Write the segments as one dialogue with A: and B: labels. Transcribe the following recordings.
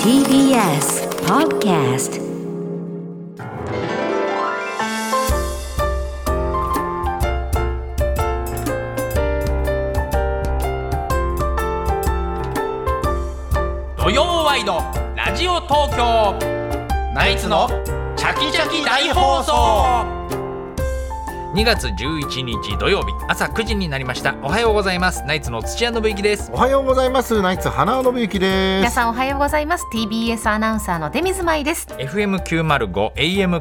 A: TBS Podcast
B: 土曜ワイドラジオ東京ナイツのチャキチャキ大放送2月11日土曜日朝9時になりましたおはようございますナイツの土屋信之です
C: おはようございます。ナイツ花尾信之で
D: 皆
C: す。
D: さんおはようございます TBS アナウンサーの出水舞です
B: FM905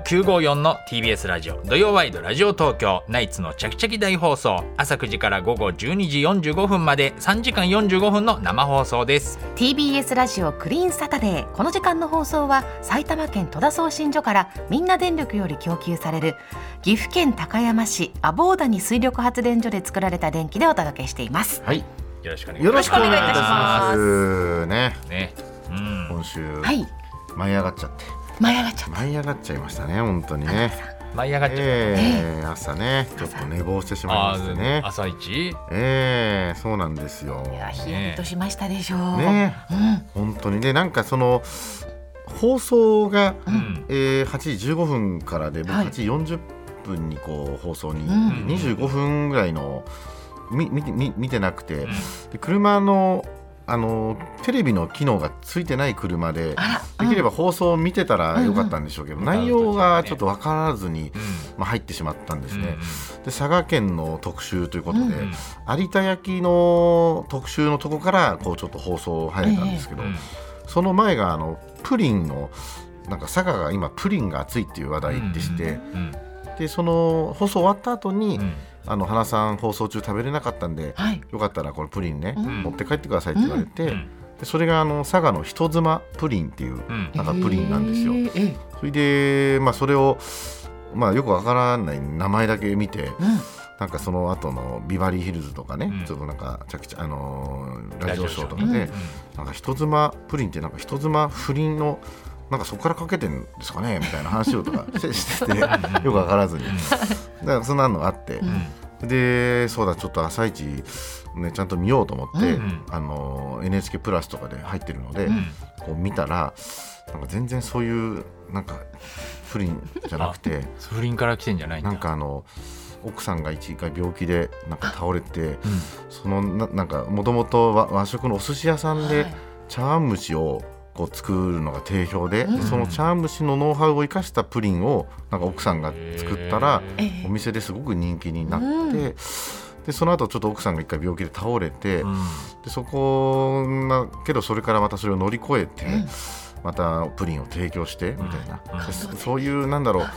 B: AM954 の TBS ラジオ土曜ワイドラジオ東京ナイツのチャキチャキ大放送朝9時から午後12時45分まで3時間45分の生放送です
D: TBS ラジオクリーンサタデーこの時間の放送は埼玉県戸田送信所からみんな電力より供給される岐阜県高山市阿房谷水力発電所で作られた電気でお届けしています
C: はい、
B: よろしくお願いし
C: よ
B: ま
C: ろ
B: す
C: しくお願いいたし
D: よろしくお願いいた
C: ま
D: し
C: す。ね、
B: ねうん
C: 今週、
D: はい
C: 舞い上がっちゃって、
D: 舞い上がっちゃっ
C: 舞い上がっちゃいましたね、本当にね。
B: 舞い上がっちゃう、
C: えー、朝ね、ちょっと寝坊してしま
B: あ
C: いまして
B: ー
C: ね。
B: 朝一
C: えー、そうなんですよ。
D: たひやりとしましたでしょう、
C: ね、本当にね、なんかその放送が、
B: ん
C: えー、8時15分からで、僕
D: はい
C: 8時40分にこう放送に、
D: ん
C: 25分ぐらいのみ見て見見てなくて、で車のあのテレビの機能がついてない車で、できれば放送を見てたらよかったんでしょうけど、内容がちょっと分からずに、まあ、入ってしまったんですね。で佐賀県の特集ということで、有田焼の特集のとこからこうちょっと放送入れたんですけど、
B: うん
C: その前があのプリンのなんか佐賀が今プリンが熱いっていう話題でして、
B: うん
C: でその放送終わった後に、
B: うん
C: あの花さん放送中食べれなかったんで、
D: はい
C: よかったらこのプリンね、
B: ん
C: 持って帰ってくださいって言われて、
B: ん
C: でそれがあの佐賀の人妻プリンっていう、
B: ん
C: なんかプリンなんですよ。
D: えーえ
C: それで、まあ、それを、まあ、よくわからない名前だけ見て、なんかその後のビバリーヒルズとかね、
B: うん
C: ちょっとなんか着々あのー
B: ラ
C: ラ
B: ジオ
C: ジオ
B: シ
C: シ
B: ョー
C: ョー
B: と
C: と
B: か
C: か
B: ね
C: で、なんか人妻プリンってなんか人妻不倫のなんかそこからかけてんですかねみたいな話をとかしてしててよくわからずにだからそんなのがあって、でそうだちょっと「朝一ねちゃんと見ようと思って、
B: ん
C: あのー NHK プラスとかで入ってるので、こう見たらなんか全然そういうなんか不倫じゃなくて。
B: 不倫から来てんじゃないんだ
C: なん かあの奥さんが一回病気でなんか倒れて、そのななんかもともと和食のお寿司屋さんで茶碗蒸しをこう作るのが定評で、その茶碗蒸しのノウハウを生かしたプリンをなんか奥さんが作ったらお店ですごく人気になって、でその後ちょっと奥さんが一回病気で倒れて、でそこなけどそれからまたそれを乗り越えて、またプリンを提供してみたいな、でそそういうなんだろう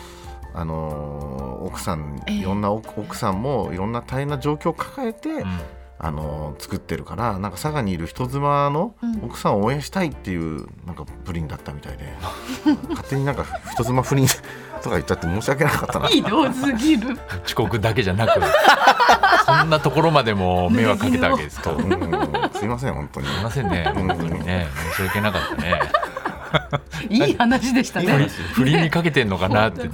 C: あのー奥さんいろんな奥,、奥さんもいろんな大変な状況を抱えて、あのー作ってるからなんか佐賀にいる人妻の奥さんを応援したいっていうなんかプリンだったみた いで、勝手になんか人妻不倫とか言っちゃって申し訳なかったな。
D: ひどすぎる
B: 遅刻だけじゃなくそんなところまでも迷惑かけたわけですか
C: う
B: すい
C: んすいません本当に。
B: ませんね本当にね申し訳なかったね
D: いい話でした
C: 今
D: ね
B: 不倫にかけてんのかなって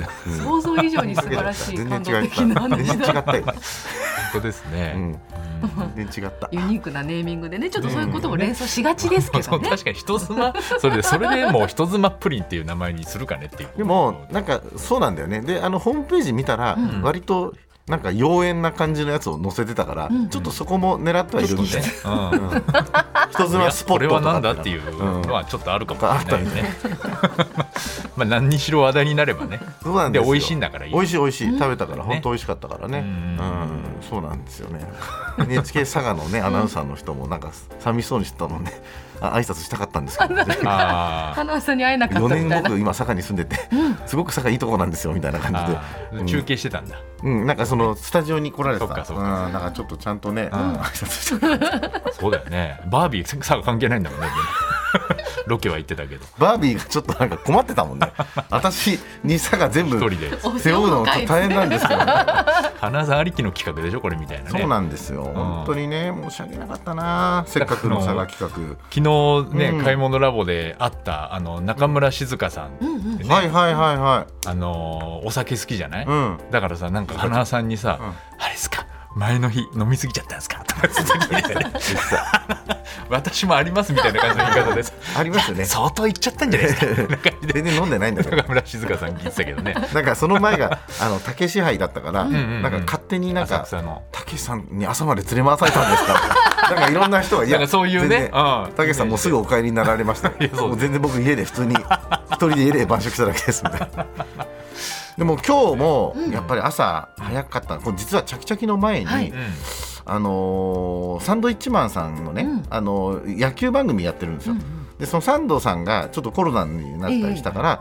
D: 想
B: 本
D: 像以上に素晴らしい
C: 全
D: 感
C: 然
D: 動
C: 違っ
D: 的
C: た。
D: な
C: 全
D: 話
C: 然違
D: だ
C: ったよ。
B: 当です
C: う
B: ね、
C: ん、全然違った。
D: ユニークなネーミングでねちょっとそういうことも連想しがちですけ
B: そ
D: ど
B: う
D: ね
B: 確かに人妻それでそれでもう人妻プリンっていう名前にするかねっていう
C: でもなんかそうなんだよね。であのホームページ見たら割となんか妖艶な感じのやつを載せてたから、ちょっとそこも狙ってはいるんで、
B: うん、
C: 人
B: い
C: 妻
B: や
C: スポ
B: これ
C: ット
B: は
C: と
B: な
C: か
B: んだっていう
C: うん
B: のはちょっとあるかもしれないですね。 まあ何にしろ話題になればね。
C: そうなんですよ
B: で美味しいんだからいい
C: 美味しい美味しい食べたから本当美味しかったからね
B: う
C: うんんそうなんですよね NHK 佐賀のねアナウンサーの人もなんか寂しそうにしてたもんねあ挨拶したかったんですけどね
B: ああ
D: 花輪さんに会えなかっ
C: 4
D: たみ
C: 年
D: たい
C: 後
D: な
C: く今佐賀に住んでてすごく佐賀いいとこなん ですよみたいな感
B: あ
C: じ
B: ー
C: で
B: 中継してたんだ。
C: うん、なんかそのスタジオに来られた。
B: そっかそっか
C: うん、なんかちょっとちゃんとね、挨拶して
B: そうだよね。バービーさ関係ないんだもんね。 ロケは行ってたけど
C: バービーがちょっとなんか困ってたもんね私にさが全部
B: 一人で
C: 背負うの大変なんですけど、ね、
B: 花さんありきの企画でしょこれみたいなね
C: そうなんですよ、本当にね申し訳なかったなせっかくの佐賀 企
B: 昨日ね、
C: うん
B: 買い物ラボで会ったあの中村静香さん、
C: 画、はいはいはいは
B: あのーお酒好きじゃない、
C: いうん
B: だからさなんか花輪さんにさ「あれですか前の日飲み過ぎちゃったんですか?」とかつって 聞いて 私もあります」みたいな感じの言い方でさ
C: ありますよね
B: 相当言っちゃったんじゃないですか みたいな感じで
C: 全然飲んでないん だから
B: 中村静香さん聞いてたけどね
C: なんかその前があの竹支配だったから、
B: んうん
C: なんか勝手になん
B: 浅
C: か
B: 草の。
C: 竹さんに朝まで連れ回されたんです からなんかいろんな人がい
B: なんかそういうね
C: 全然
B: うん
C: 竹さんもうすぐお帰りになられましたよ
B: いやそう
C: もう全然僕家で普 通に一人で家で晩食しただけですみたいな。でも今日もやっぱり朝早かった、これ実はチャキチャキの前に、
D: はいう
B: うん
C: あのーサンドイッチマンさんのね、
D: うん
C: あのー野球番組やってるんですよ、でそのサンドさんがちょっとコロナになったりしたから、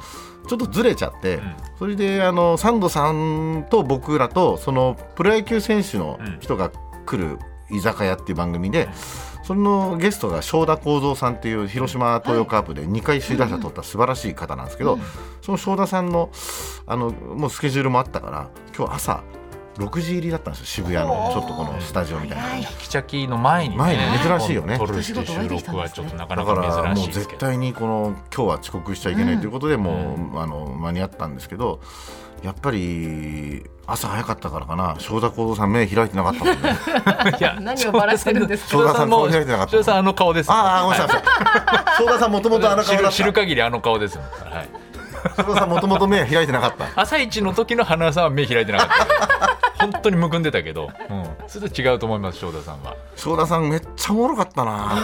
C: ちょっとずれちゃって、
B: ん
C: それで、あのーサンドさんと僕らとそのプロ野球選手の人が来る居酒屋っていう番組で、そのゲストが正田幸三さんっていう広島東洋カープで2回首位打者取った素晴らしい方なんですけど、その正田さんのあのもうスケジュールもあったから今日朝6時入りだったんですよ渋谷のちょっとこのスタジオみたいな。
D: はい
B: チャキチャキの前にね
C: 前に珍しいよね
B: 撮るして収録はちょっとなか
C: だ
B: な
C: から
B: か
C: も
B: 珍
C: う
B: しいですけ
C: 絶
B: ど
C: 対にこの今日は遅刻しちゃいけないということで、もうあの間に合ったんですけどやっぱり朝早かったからかな正田幸三さん目開いてなかったもんね
B: いや
D: 何をバラしてるんです
C: か
B: 翔太も
C: 翔太さん顔開いてなかった
B: 翔太さんあの顔です
C: ああごめんなさい正田さんもともとあの顔だった
B: 知る知る
C: 正
B: 限りあの顔ですもんはい
C: 田さんもともと目開いてなかった
B: 朝一の時の花輪さんは目開いてなか った。本当にむくんでたけど、うん、それと違うと思います翔太さんは
C: 正田さんめっちゃおもろかっ たな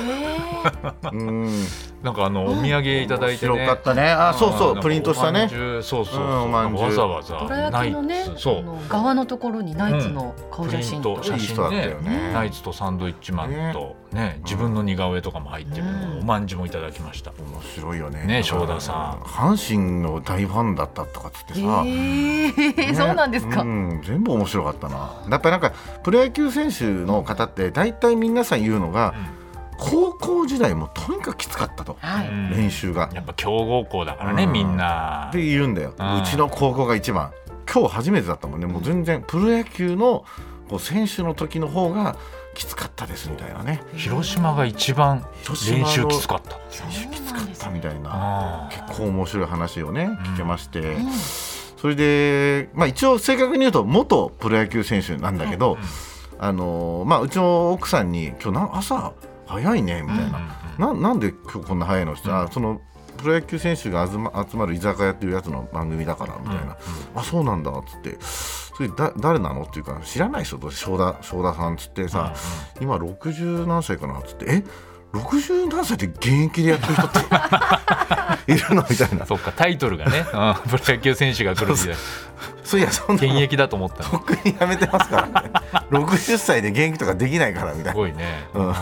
C: うん
B: なんかあのお土産いただいて
C: 白
B: ね
C: かったねあそう
B: な
C: そ
B: ん
C: う
B: か
C: プリントした
B: おまん
C: ね
B: じゅうそうそうそう、
C: うんおまんじゅう
B: なんかわざわ
D: ど
B: ざ
D: ら焼きのね
B: ナイツ
D: あ
B: そう
D: の側のところにナイツの顔
B: プ
D: 写
B: リン
D: 真
B: ト
D: と、
B: 写
C: いい人だ
B: 真
C: った
B: ね
C: よね
B: ナイツとサンドイッチマンとね自分の似顔絵とかも入ってる、
D: うん
B: おまんじゅうもいただきました、
C: 面白いよね
B: ね正田さん
C: 阪神の大ファンだったとかっつって
D: え
C: さ、
D: ー、
C: ね
D: そうなんですか、
C: うん全部面白かったなやっぱりなんかプロ野球選手の方って大体皆さん言うのが、高校時代もとにかくきつかったと、
D: は
B: う
D: い、
B: ん
C: 練習が
B: やっぱ強豪校だからね、
C: うん
B: みんな
C: って言うんだよ、
B: う
C: うんちの高校が一番今日初めてだったもんねもう全然プロ野球のこう選手の時の方がきつかったですみたいなね
B: 広島が一番
C: 広島の
B: 練習きつかったっていう
D: そうなんです
C: みたいな
B: あー
C: 結構面白い話をね聞けまして、それで、まあ、一応正確に言うと元プロ野球選手なんだけど、あのーまあ、うちの奥さんに「今日な朝早いね」みたいな、ななんで今日こんな早いの?」って言ったらあそのプロ野球選手が集ま集まる居酒屋っていうやつの番組だからみたいな「あそうなんだ」っつって「それだ誰なの?」っていうから「知らない人と正田正田さん」っつってさ「今60何歳かな?」っつって「え60何歳で現役でやってる人って いるの?」みたいな
B: そっかタイトルが ね、うんプロ野球選手が来る時代
C: そういやそんな
B: 現
C: の
B: 役だと思ったのす
C: 僕にやめてますから ね60歳で現役とかできないからみたいな。
B: ごいね、
C: うん
B: うん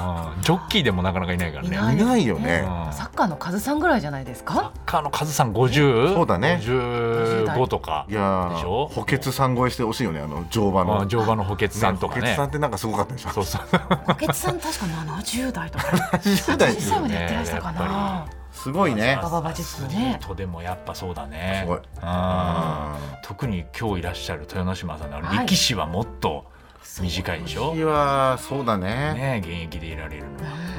B: ジョッキーでもなかなかいないからね
D: い
B: うん
D: ない
C: ないよね。
D: サッカーのカズさんぐらいじゃないですか
B: カーのカズさん 50?
C: そうだね
B: 55とか
C: いや
B: でし
C: ー
B: ょ
C: 補欠さん超えしてほしいよねあの乗馬
B: ま
C: の、
B: あ、乗馬の補欠さんとか
C: 補欠
B: ね
C: さんってなんかすごかったでしょ
B: そうそう
D: 補欠さん確か70代とか
C: 80代
D: 80歳までやってらしたかな
C: すごいね
D: 馬場馬術のね
B: とでもやっぱそうだね
C: すごい
B: うん特に今日いらっしゃる豊ノ島さんのあの
D: はい
B: 力士はもっと短いでしょ、
C: いはそうだね
B: ね、現役でいられる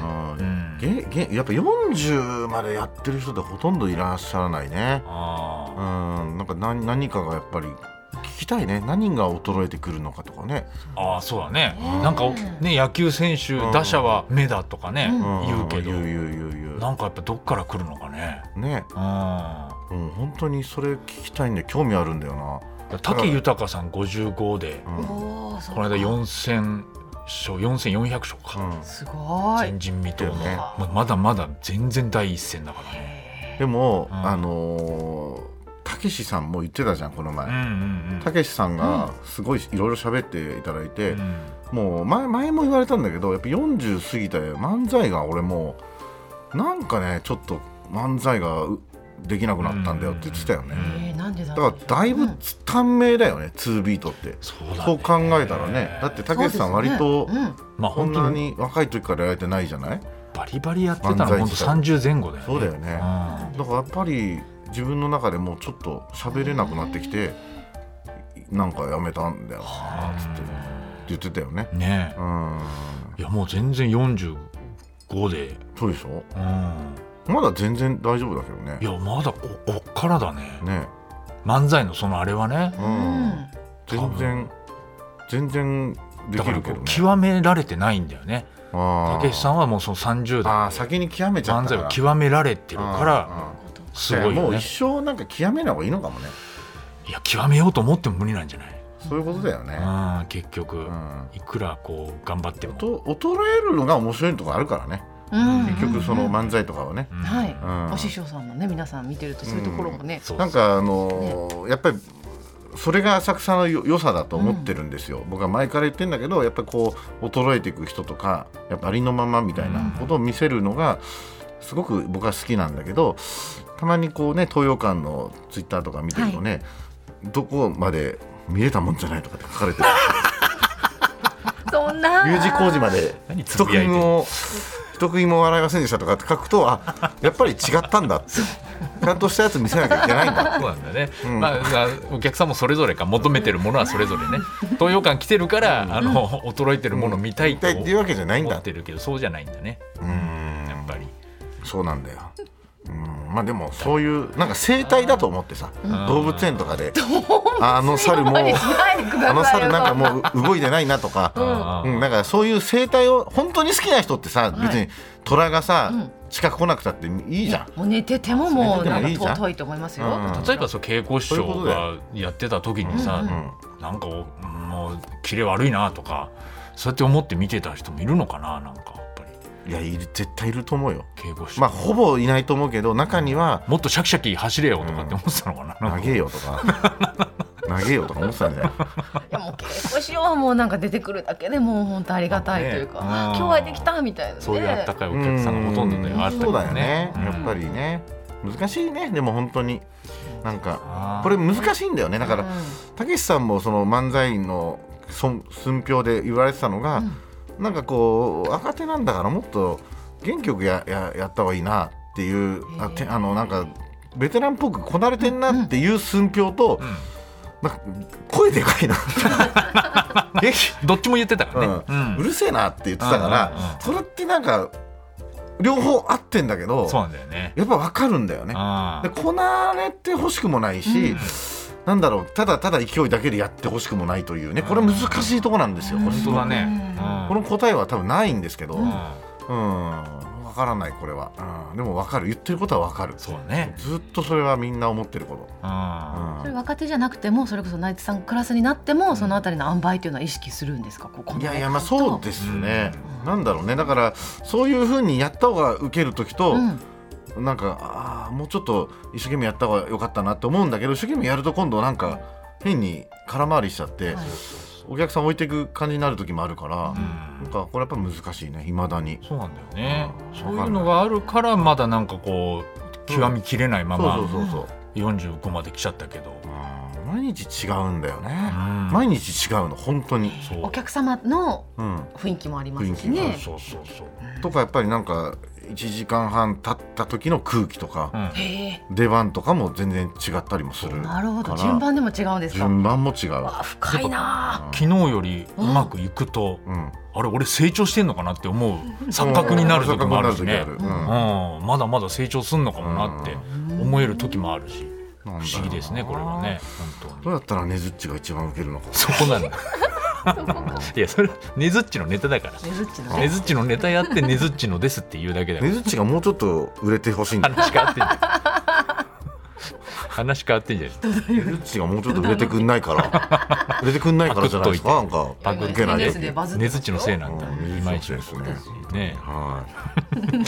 B: のは、
C: うん
B: うん
C: げげやっぱ40までやってる人ってほとんどいらっしゃらないね
B: あ
C: うん
B: ー
C: なんか何何かがやっぱり聞きたいね何が衰えてくるのかとかね
B: あーそうだね、なんかね野球選手、打者は目だとかね、
C: ん
B: 言うけど、
C: 言う言う言う言う
B: なんかやっぱどっから来るのかね
C: ね
B: うん
C: うん本当にそれ聞きたいんで興味あるんだよな
B: 武豊さん55で、
D: おーそう
B: この間4000勝4400勝か、
C: うん
D: すごい
B: 前人未到の、
C: だよね
B: ままだまだ全然第一線だからね。
C: でも、
B: うん
C: あのーたけしさんも言ってたじゃんこの
B: うんう
C: 前
B: ん
C: たけしさんがすごいいろいろ喋っていただいて、
B: うんうん
C: もう前前も言われたんだけどやっぱ40過ぎて漫才が俺もうなんかねちょっと漫才がうできなくなったんだよって言ってたよね、
D: えー、なんでだ
C: だからだいぶ短命だよね、2ビートって
B: そうだね
C: そう考えたらねだってたけしさん割と
D: そうですねうん
B: まあ
C: こん
B: 本
C: な
B: 当に
C: に若い時からやられてないじゃない、
B: バリバリやってたの
C: 漫才
B: 本当
C: 自体
B: 30前後だよね
C: そうだよ
B: う
C: ね
B: ん
C: だからやっぱり自分の中でもうちょっと喋れなくなってきてなんかやめたんだよなっつって言ってたよね
B: ねえ
C: うん
B: いやもう全然45で、
C: そうでしょ
B: うん、
C: まだ全然大丈夫だけどね
B: いやまだここっからだね
C: ね
B: 漫才のそのあれはね
C: う
D: うんん
C: 全然全然で
B: だ
C: き
B: からこ
C: るけど
B: う
C: ね
B: 極められてないんだよね
C: あ
B: た
C: ー
B: けしさんはもうその30
C: あー
B: 代
C: 先に極めちゃ
B: 漫
C: ったか
B: 才
C: ら
B: を極められてるから
C: うんうん
B: すごい
C: も
B: よ
C: う
B: ね
C: 一生なんか極めない方がいいのかもね
B: いや極めようと思っても無理なんじゃない
C: そういうことだよね、
B: うん結局
C: うん
B: いくらこう頑張っても
C: と衰えるのが面白いとこあるからね
D: うん
C: 結局その漫才とかはね、
B: うん
D: はい、
C: うん
D: お師匠さんのね皆さん見てるとそういうところもね、
B: そう
C: なんかあのーやっぱりそれが浅草のよ良さだと思ってるんですよ、僕は前から言ってんだけどやっぱりこう衰えていく人とかやっぱありのままみたいなことを見せるのがすごく僕は好きなんだけどたまにこうね東洋館のツイッターとか見てるとね、どこまで見えたもんじゃないとかって書かれてる
D: そんな
C: U 字工事まで
B: 何つ
C: 一
B: ぶやいて
C: 食い
B: んの
C: も一食いも笑いませんでしたとかって書くとあやっぱり違ったんだってちゃんとしたやつ見せなきゃいけないんだ
B: そうなんだね、まあまあお客さんもそれぞれか求めてるものはそれぞれ ね東洋館来てるから、あの衰えてるもの見たい
C: 見たいっていうわけじゃないんだ
B: 思ってるけどそうじゃないんだね
C: うん
B: やっぱり
C: そうなんだよ。うん、まあでもそういうなんか生態だと思ってさ、動物園とかで、あの猿 も
D: ないでください
C: あの猿なんかもう動いてないなとか、うん、なんかそういう生態を本当に好きな人ってさ、別に虎がさ、近く来なくたっていいじゃん。
D: もう寝ててももう
C: 寝てて
D: な
C: も
D: んか
C: いいじゃん
D: 尊いと思いますよ、
C: うん
B: 例えばそう稽古師
C: そういうこ
B: 匠
C: とだよ
B: がやってた時にさ、なんかおもうキレ悪いなとかそうやって思って見てた人もいるのかななんかやっぱ
C: いやいる絶対いると思うよ。
B: り稽古師匠、
C: まあほぼいないと思うけど中には
B: もっとシャキシャキ走れよとかって思ってたのかな,、
C: 投げよとか。 投げよとか思ってたんじゃない
D: いやもう稽古しようはもうなんか出てくるだけでもう本当ありがたいというか、
B: うん
D: 今日はできたみたいなね
B: そういうあったかいお客さんがほとんどだよ、
C: うん
B: あった
C: そう
B: か
C: だよ
B: ら
C: ね、やっぱりね難しいねでも本当になんかこれ難しいんだよねだからたけしさんもその漫才の寸寸評で言われてたのが、なんかこう若手なんだからもっと元気よくやややった方がいいなっていうあてあのなんかベテランっぽくこなれてんなっていう寸評と、なんか声でかいな元 気
B: どっちも言ってたからね、
C: う
B: うん
C: んうるせえなって言ってたから、
B: うんうんうん
C: それってなんか両方合ってんだけど
B: そうなんだよね
C: やっぱ分かるんだよね。
B: あ
C: でこなれてほしくもないし、なんだろうただただ勢いだけでやってほしくもないというねこれ難しいとこなんですよ。これ
B: 本当だね、うん
C: この答えは多分ないんですけど、うん、
B: うん
C: 分からないこれは、うん、でも分かる言ってることは分かる
B: そうだね
C: ずっとそれはみんな思ってること、う
B: あ
C: ん
D: それ若手じゃなくてもそれこそナイツさんクラスになってもそのあたりの塩梅というのは意識するんですかここの
C: いやいやまあそうですね、なんだろうねだからそういうふうにやった方がウケる時と、
D: うん
C: なんかあーもうちょっと一生懸命やった方が良かったなって思うんだけど一生懸命やると今度なんか変に空回りしちゃっ
D: は
C: て、
D: い
C: お客さん置いていく感じになる時もあるから、
B: ん
C: なんかこれやっぱ難しいねいまだに。
B: そうなんだよね
C: うん
B: そういうのがあるからまだなんかこう極みきれないま
C: そうそう
B: ま
C: そうそう、
B: 45まで来ちゃったけど
C: うん毎日違うんだよね、
B: うん
C: 毎日違うの本当に、
B: そう
D: お客様の
C: うん、
D: 雰囲気もありますし
C: 雰囲気もあ
D: ね
C: る
B: そうそうそう
C: とかやっぱりなんか1時間半経った時の空気と
B: う
C: か、
B: ん
D: へえ
C: 出番とかも全然違ったりもする
D: なるほど
C: から
D: 順番でも違うんですか
C: 順番も違う、
D: あ深いなあ
B: 昨日よりうまくいくと
C: うん、
B: あれ俺成長してんのかなって思う錯覚になる時もあるしね
C: 錯覚に
B: う
C: なる時あるうん
B: んまだまだ成長すんのかもなって思える時もあるし不
C: なんだろうな
B: 思議ですねこれはね本当に
C: どうやったらねずっちが一番ウケるのか
B: そこなんだいやそれねずっちのネタだから
D: ねずっちの
B: ねずっちのネタやってねずっちのですって言うだけだから
C: ねずっちがもうちょっと売れてほしいんだね
B: 話変わってんじゃん話変わってんじゃん
C: ずっちがもうちょっと売れてくんないから売れてくんないからじゃないですかなんか
D: パクっ
C: ウ
D: と
C: ケ
D: いて
C: ない
D: ですねバズって
B: ねずちのせい なんだ
C: うん
B: いまいち
C: ねずっちのせいです
B: ね
C: はい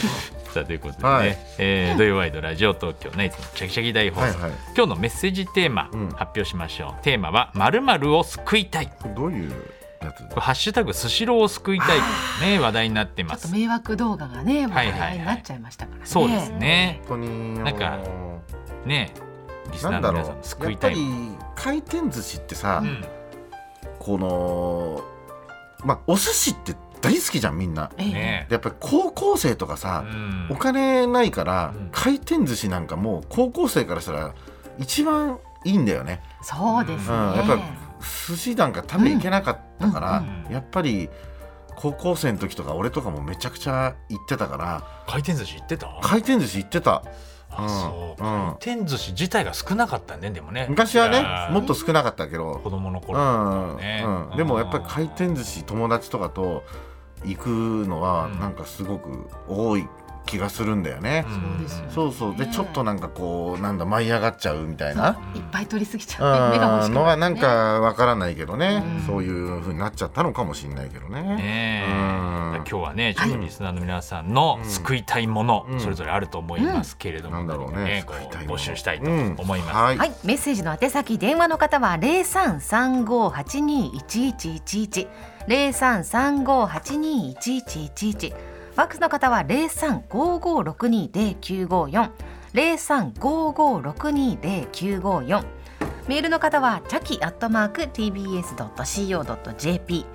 B: さあということでね、
C: はい
B: えー土曜ワイドラジオ東京ナイツのチャキチャキ大放送、
C: はいはい
B: 今日のメッセージテーマ、
C: うん
B: 発表しましょうテーマは「まるを救いたい」こ
C: これどういうやつ
B: れハッシュタグスシローを救いたい」というね話題になってま
D: ちょっ
B: す
D: と迷惑動画がね
B: はい
D: 話
B: は
D: 題
B: いはい
D: になっちゃいましたからね
B: そうですね
C: 本当に
B: なんか
C: あの
B: ねリス
C: な
B: ナー
C: んだ
B: の
C: ろう
B: 皆さんの救
C: や
B: い
C: ったぱ
B: い
C: り
B: もの
C: 回転寿司ってさ、
B: うん
C: このまあお寿司って大好きじゃんみんな。
D: ええ
B: ね
C: でやっぱり高校生とかさ、
B: うん
C: お金ないから、
B: うん
C: 回転寿司なんかもう高校生からしたら一番いいんだよね。
D: そうですね、
C: うんやっぱ寿司なんか食べ行けなかったから、
B: うん
C: やっぱり高校生の時とか俺とかもめちゃくちゃ行ってたから
B: 回転寿司行ってた
C: 回転寿司行ってた
B: あそう、
C: うんうん
B: 回転寿司自体が少なかったねでもね
C: 昔はいね
B: やー
C: もっと少なかったけど、
B: 子供の頃
C: う
B: だった
C: ん
B: よね、
C: うん、でもやっぱり回転寿司友達とかと行くのは
B: うん
C: なんかすごく多い気がするんだよね、
B: ん
D: そうですよね
C: そうそうで
D: ね
C: ちょっとなんかこうなんだ舞い上がっちゃうみたいな。
D: いっぱい取りすぎち
C: う
D: ゃって目が欲し
C: ん
D: く
C: の
D: な
C: は
D: る
C: なんかわからないけどね、
D: うん
C: そういう風になっちゃったのかもしれないけどね。
B: ねえ
C: うん
B: 今日はねちょっとリスナーの皆さんの
C: うん
B: 救いたいもの、
C: うん
B: それぞれあると思いますけれども、
C: なんだろうね
B: こ
C: 救いたいも
B: 募
C: の
B: 集したいと
C: うん
B: 思います、
C: はい
D: はい、メッセージの宛先電話の方は零三三五八二一一一一零三三五八二一一一一。ファックスの方は零三五五六二零九五四零三五五六二零九五四。メールの方はチャキアットマーク TBS ドット CO ドット JP。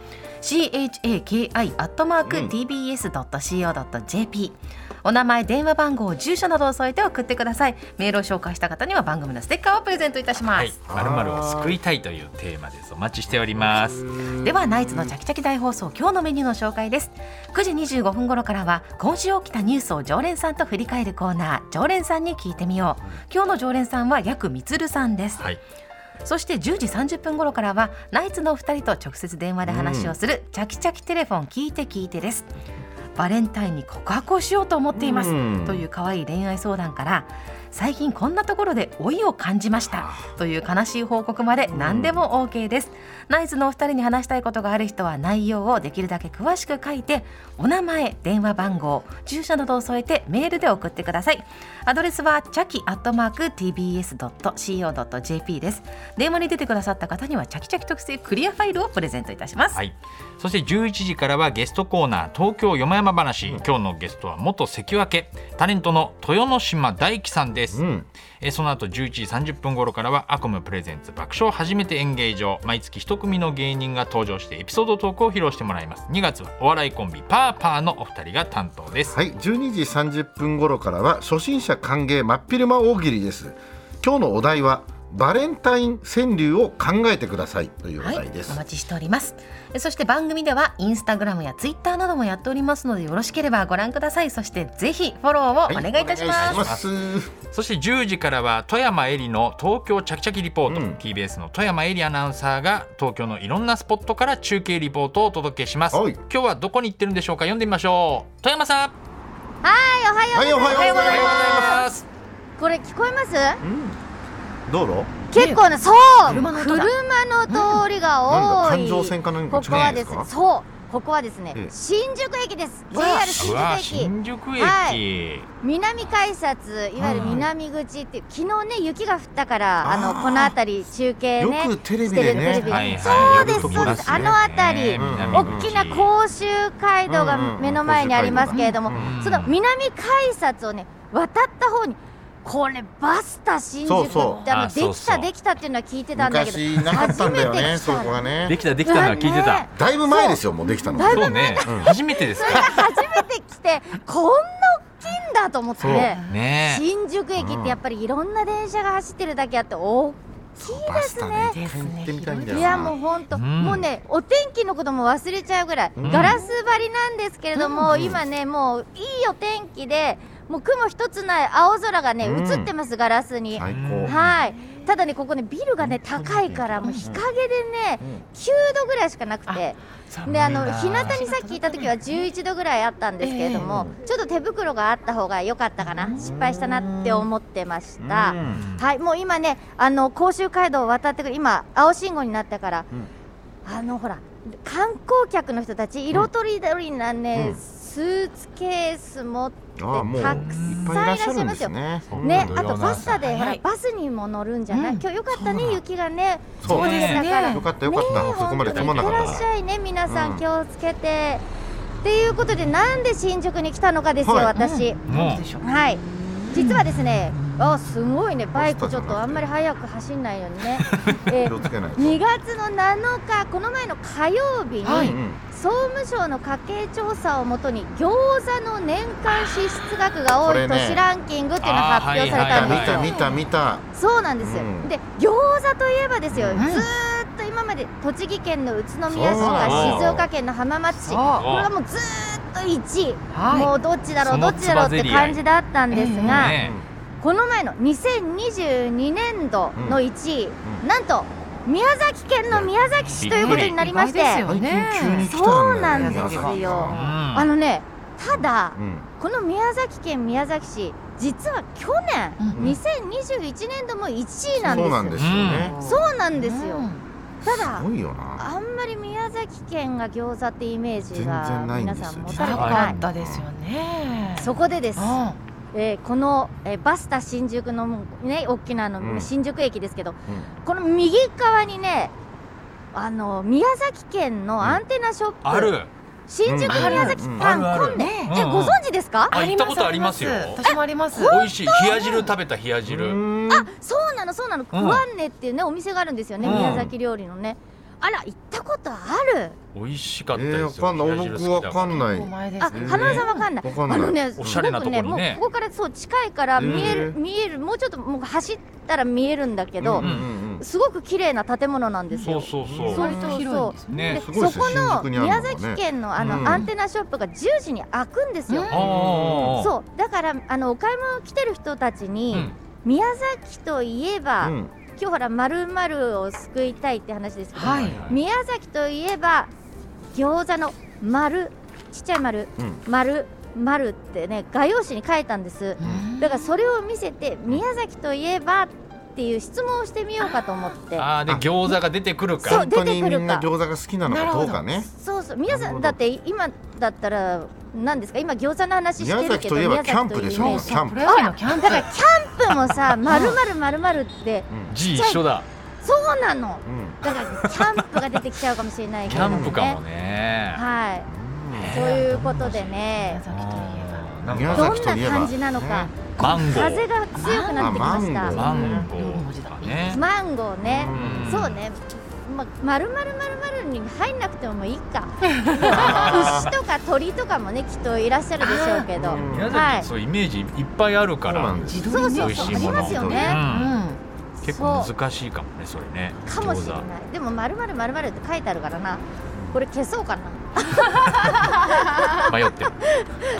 D: CHAKI アットマーク TBS ドット CO ドット JP。お名前、電話番号、住所などを添えて送ってください。メールを紹介した方には番組のステッカーをプレゼントいたしま
B: はい
D: す。、
B: まるまるを救いたいというテーマです。お待ちしております。
D: ではナイツのチャキチャキ大放送今日のメニューの紹介です9時25分頃からは今週起きたニュースを常連さんと振り返るコーナー常連さんに聞いてみよう今日の常連さんはヤクミツルさんです、
B: はい、
D: そして10時30分頃からはナイツのお二人と直接電話で話をする、チャキチャキテレフォン聞いて聞いてですバレンタインに告白をしようと思っています、
C: うん
D: という可愛い恋愛相談から最近こんなところで老いを感じましたという悲しい報告まで何でも OK です、ナイツのお二人に話したいことがある人は内容をできるだけ詳しく書いてお名前電話番号住所などを添えてメールで送ってくださいアドレスはチャキアットマーク TBS.CO.jp です電話に出てくださった方にはチャキチャキ特製クリアファイルをプレゼントいたします、
B: はい、そして11時からはゲストコーナー東京よもやま話、今日のゲストは元関脇タレントの豊ノ島大樹さんです、
C: うん
B: えーその後11時30分頃からはアコムプレゼンツ爆笑初めて演芸場毎月一組の芸人が登場してエピソードトークを披露してもらいます2月はお笑いコンビパーパーのお二人が担当です、
C: はい、12時30分頃からは初心者歓迎真っ昼間大喜利です。今日のお題はバレンタイン川柳を考えてくださいというお
D: はい、
C: 題です。
D: お待ちしておりますえそして番組ではインスタグラムやツイッターなどもやっておりますのでよろしければご覧くださいそしてぜひフォローをお願いいたします,、
C: お願いします
B: そして10時からは富山えりの東京ちゃきちゃきリポート、
C: うん
B: TBS の富山えりアナウンサーが東京のいろんなスポットから中継リポートをお届けします
C: は
B: 今
C: い
B: 日はどこに行ってるんでしょうか読んでみましょう富山さん
C: はい、おはようございま
B: ます
E: これ聞こえます
C: す。道路？
E: 結構ねそう
D: 車
E: 車
D: の
E: の
D: 音だ
E: 通りが
C: なん
E: 多
C: だ
E: い
C: 環状線かなんか
E: こ
C: じ
E: こ
C: ゃな
E: はい
C: で
E: ですす
C: か
E: ねそうここはですね
C: ええ
E: 新宿駅です
D: わあ
E: JR
B: うわー
E: 新宿
B: 新宿
E: 駅
B: 駅、
E: はい南改札いわゆる南口っていう昨日ね雪が降ったからあ
C: あー
E: のこの辺り中継
C: よ
E: ね
C: くテレビで
E: し
C: ね
E: てるテレビで
B: はいはい
E: そうです
B: よく飛びます
E: そうですあの辺り
B: ね南
E: 大
B: 口
E: きな甲州街道
C: うんうんう
E: が
C: ん
E: 目の前にありますけれども
C: 甲州
B: 街道
E: その南改札をね渡った方にこれバスタ新
C: そう
E: 宿
C: そう
E: ってあ
B: あ
E: の
B: そ
E: で
B: う
E: き
B: そう
E: たできたっていうのは聞いてたんだけど
C: 昔なかったんだよね、
E: 初
C: そ
E: めて来た
C: こが
B: で
C: ね。
B: きたできたのは聞いて
E: うわ
B: た
E: ね
C: だいぶ前ですよ、もうできたの。
E: だいぶ
B: そうね、
C: うん
B: 初めてです
E: それが
B: か
E: 初めて来てこんな大きいんだと思って、
C: そう
B: ね
E: 新宿駅ってやっぱりいろんな電車が走ってるだけあって大
C: バスタね、一回行ってみたいんだよ
E: い
C: な。
E: やもう本当、
B: うん
E: もうねお天気のことも忘れちゃうぐらい、
C: うん
E: ガラス張りなんですけれども、今ねもういいお天気でもう雲一つない青空がね、
C: うん
E: 映ってますガラスに、
C: 最
B: うん
C: 高。
E: はいただねここねビルがね高いからもう日陰でね9度ぐらいしかなくてであの日向にさっきいた時は11度ぐらいあったんですけれども、ちょっと手袋があった方が良かったかな失敗したなって思ってまし
C: う
E: た。
C: ん
E: はい、もう今ね、あの甲州街道を渡ってくる、今、青信号になったから、
C: うん
E: あのほら、観光客の人たち、色とりどりなね、
C: うん
E: スーツケース持って、
C: ああ、もういっ
E: た
C: ぱいいらっしゃるんですね。
E: ね
B: う、ん
E: あとバスタで、ほ
D: は
E: ら
D: い、
E: バスにも乗るんじゃない、
D: うん
E: 今日よかったね、雪がね、
C: そう
B: そうですね
E: だから、
C: よかったよかった、そこまで止まんなか
E: い
C: っ
E: ってら
C: た
E: っ
C: か
E: しゃいね、皆さ
C: うん
E: ん、気をつけて。っていうことで、なんで新宿に来たのかですよ、
C: はい
E: 私。
B: もう
D: でしょう
E: はい。実はですね、あすごいね、バイクちょっとあんまり速く走んないの にね、え
C: 気をつけないと。
E: 2月の7日、この前の火曜日に、
D: は
C: う
D: い
C: ん
E: 総務省の家計調査をもとに、餃子の年間支出額が
C: こ
E: 多い
C: れね
E: 都市ランキングっていうのが発表された
C: 見
E: んです
C: た
E: よ。
C: 見た見た。
E: そうなんです、
C: うん
E: で餃子といえばですよ、
D: うん
E: ずーっと今まで栃木県の宇都宮市とか
C: そうなの
E: 静岡県の浜松市
D: そう
E: これはもうずーっと1位、
D: はい
E: もうどっちだろ
B: そうの
E: どっちだろうって感じだったんです
D: つば
E: が、
B: ね
E: この前の2022年度の1位、
C: うん
E: なんと宮崎県の宮崎市ということになりまして、
D: 意外ですよ
C: 最近急に来たんだよね
E: そうなん
D: ですよ
C: 宮崎が
B: うん
E: あのねただ、
C: うん。
E: この宮崎県宮崎市実は去年、
C: うん
E: 2021年度も1位なんです
C: そう
E: よ
C: なんですよね。
E: そうなんですよ、ただ
C: すごいよな。
E: あんまり宮崎県が餃子ってイメージ
C: 全
E: が
C: 然ないん
E: 皆
C: ですよ
E: さん
D: な
E: 持たれて
D: か
E: ない、
D: っ
C: 全然
D: たですよね。
E: そこでです、
D: うん
E: えーこの、えーバスタ新宿のね大きなあの、
C: うん
E: 新宿駅ですけど
C: うん
E: この右側にねあの宮崎県のアンテナショップ、
B: ある
E: 新
C: う
E: 宿
C: ん
E: 宮崎
B: う
E: パン
B: んあるある
E: コンベ、
D: ね
B: うん
E: えご存知ですか、
B: あ行ったことありますよ
D: 私もあります。
B: 美味しい冷や汁食べた冷や
C: う
B: 汁
C: ん
E: そうなのそうなのクワンネっていうねお店があるんですよね、
B: うん
E: 宮崎料理のねあら行ったことある
B: 美味しか
C: え
B: ったです
C: ー、
B: よ
C: わかん
B: 冷や汁好きだら
C: ない。僕わかんない。
D: お前です
E: あ、
D: ね。
E: 花輪さんわかんない。
C: わかん
E: あ
C: ない
E: のね、
B: おしゃれなとこにね
E: すごくもうここからそう近いから見え
C: へ
E: る、
C: ー
E: 見える、もうちょっともう走ったら見えるんだけ
C: う
E: ど
C: んう、んうん
E: すごく綺麗な建物なんです
B: そう
E: よ。
B: そう
C: う
B: そ
C: ん
B: う
D: 割と広いんですよね。
E: で
B: ね
C: すごいです
E: そこ
C: よ新
E: の
C: 宿にあるのが
E: 宮
C: ね
E: 崎県のあ
C: うん
E: のアンテナショップが10時に開くんですよ。
D: うん
B: あう
E: そうだからあのお買い物来てる人たちに、
B: うん
E: 宮崎といえば、
C: うん
E: 今日ほらまるまるを救いたいって話ですけど、
D: はい。
E: 宮崎といえば餃子の丸ちっちゃい丸
C: うん
E: 丸丸ってね画用紙に書いたんですだからそれを見せて宮崎といえばっていう質問をしてみようかと思って
B: あーで餃子が出てくる
E: そう
B: か
C: 本当
E: 出て
C: に
E: く
C: み
E: るか
C: んな餃子が好きなのかどうかね。
E: そうそう皆
C: な
E: さ
C: る
E: ん
C: ほど
E: だって今だったら何ですか今餃子の話して
C: 宮
E: る
C: 崎
E: けど
C: といえばキャンプでし
E: 宮
C: ょ。
E: 崎
C: キ
E: と
C: ャン
D: プ
C: プ。
D: ロ野球のキャンプ。
E: いえばキャンプも さ丸丸丸丸って
C: うん
B: 字一緒だ
E: そうなの
C: うん
E: だ からキャンプが出てきちゃうかもしれない
B: キ
E: けれど
B: ャ
E: も
B: ンプかもね
E: はいということでね
B: あー
C: 宮
B: なんか
E: ど
C: 崎
E: ん
C: といえ
E: な
C: ば
E: 感じなのか、
C: ね
B: マンゴ
E: 風
B: ー
E: が強くなってきまし
C: あ
E: た
B: マンゴーとかね
E: マンゴーね
B: うん
E: そうねま丸々丸々に入んなくてもいい か
C: あ
E: 牛とか鳥とかもねきっといらっしゃるでしょうけど
C: うん
B: 宮
E: はい
B: 崎そうイメージいっぱいあるか
C: そうな
B: ら
C: んです
E: そうそう
B: 美味
E: そう
B: しい
E: あり
B: もの
E: ますよ
C: う
E: ね
B: うん結構
E: そう
B: 難しいかもねそれね
E: かもしれない
B: 餃
E: でも丸々丸々って書いてあるからなこれ消そうかな
B: 子迷ってる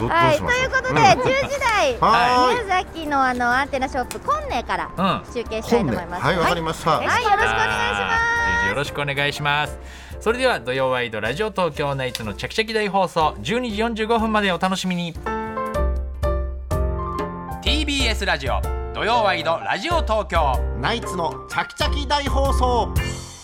C: どどう
E: はい
C: し
E: と
C: まし
E: い
C: ょ
E: う
C: う。
E: こと
C: うん
E: で10時台
C: はーい
E: 宮崎のあのアンテナショップコンネから
B: うん
E: 中継したい
C: 本年
E: と思います
C: はいわかりました。
E: はいよろしくお願いします
B: す。よろしくお願いします。それでは土曜ワイドラジオ東京ナイツのチャキチャキ大放送12時45分までお楽しみに。
F: TBS ラジオ土曜ワイドラジオ東京
C: ナイツのチャキチャキ大放送。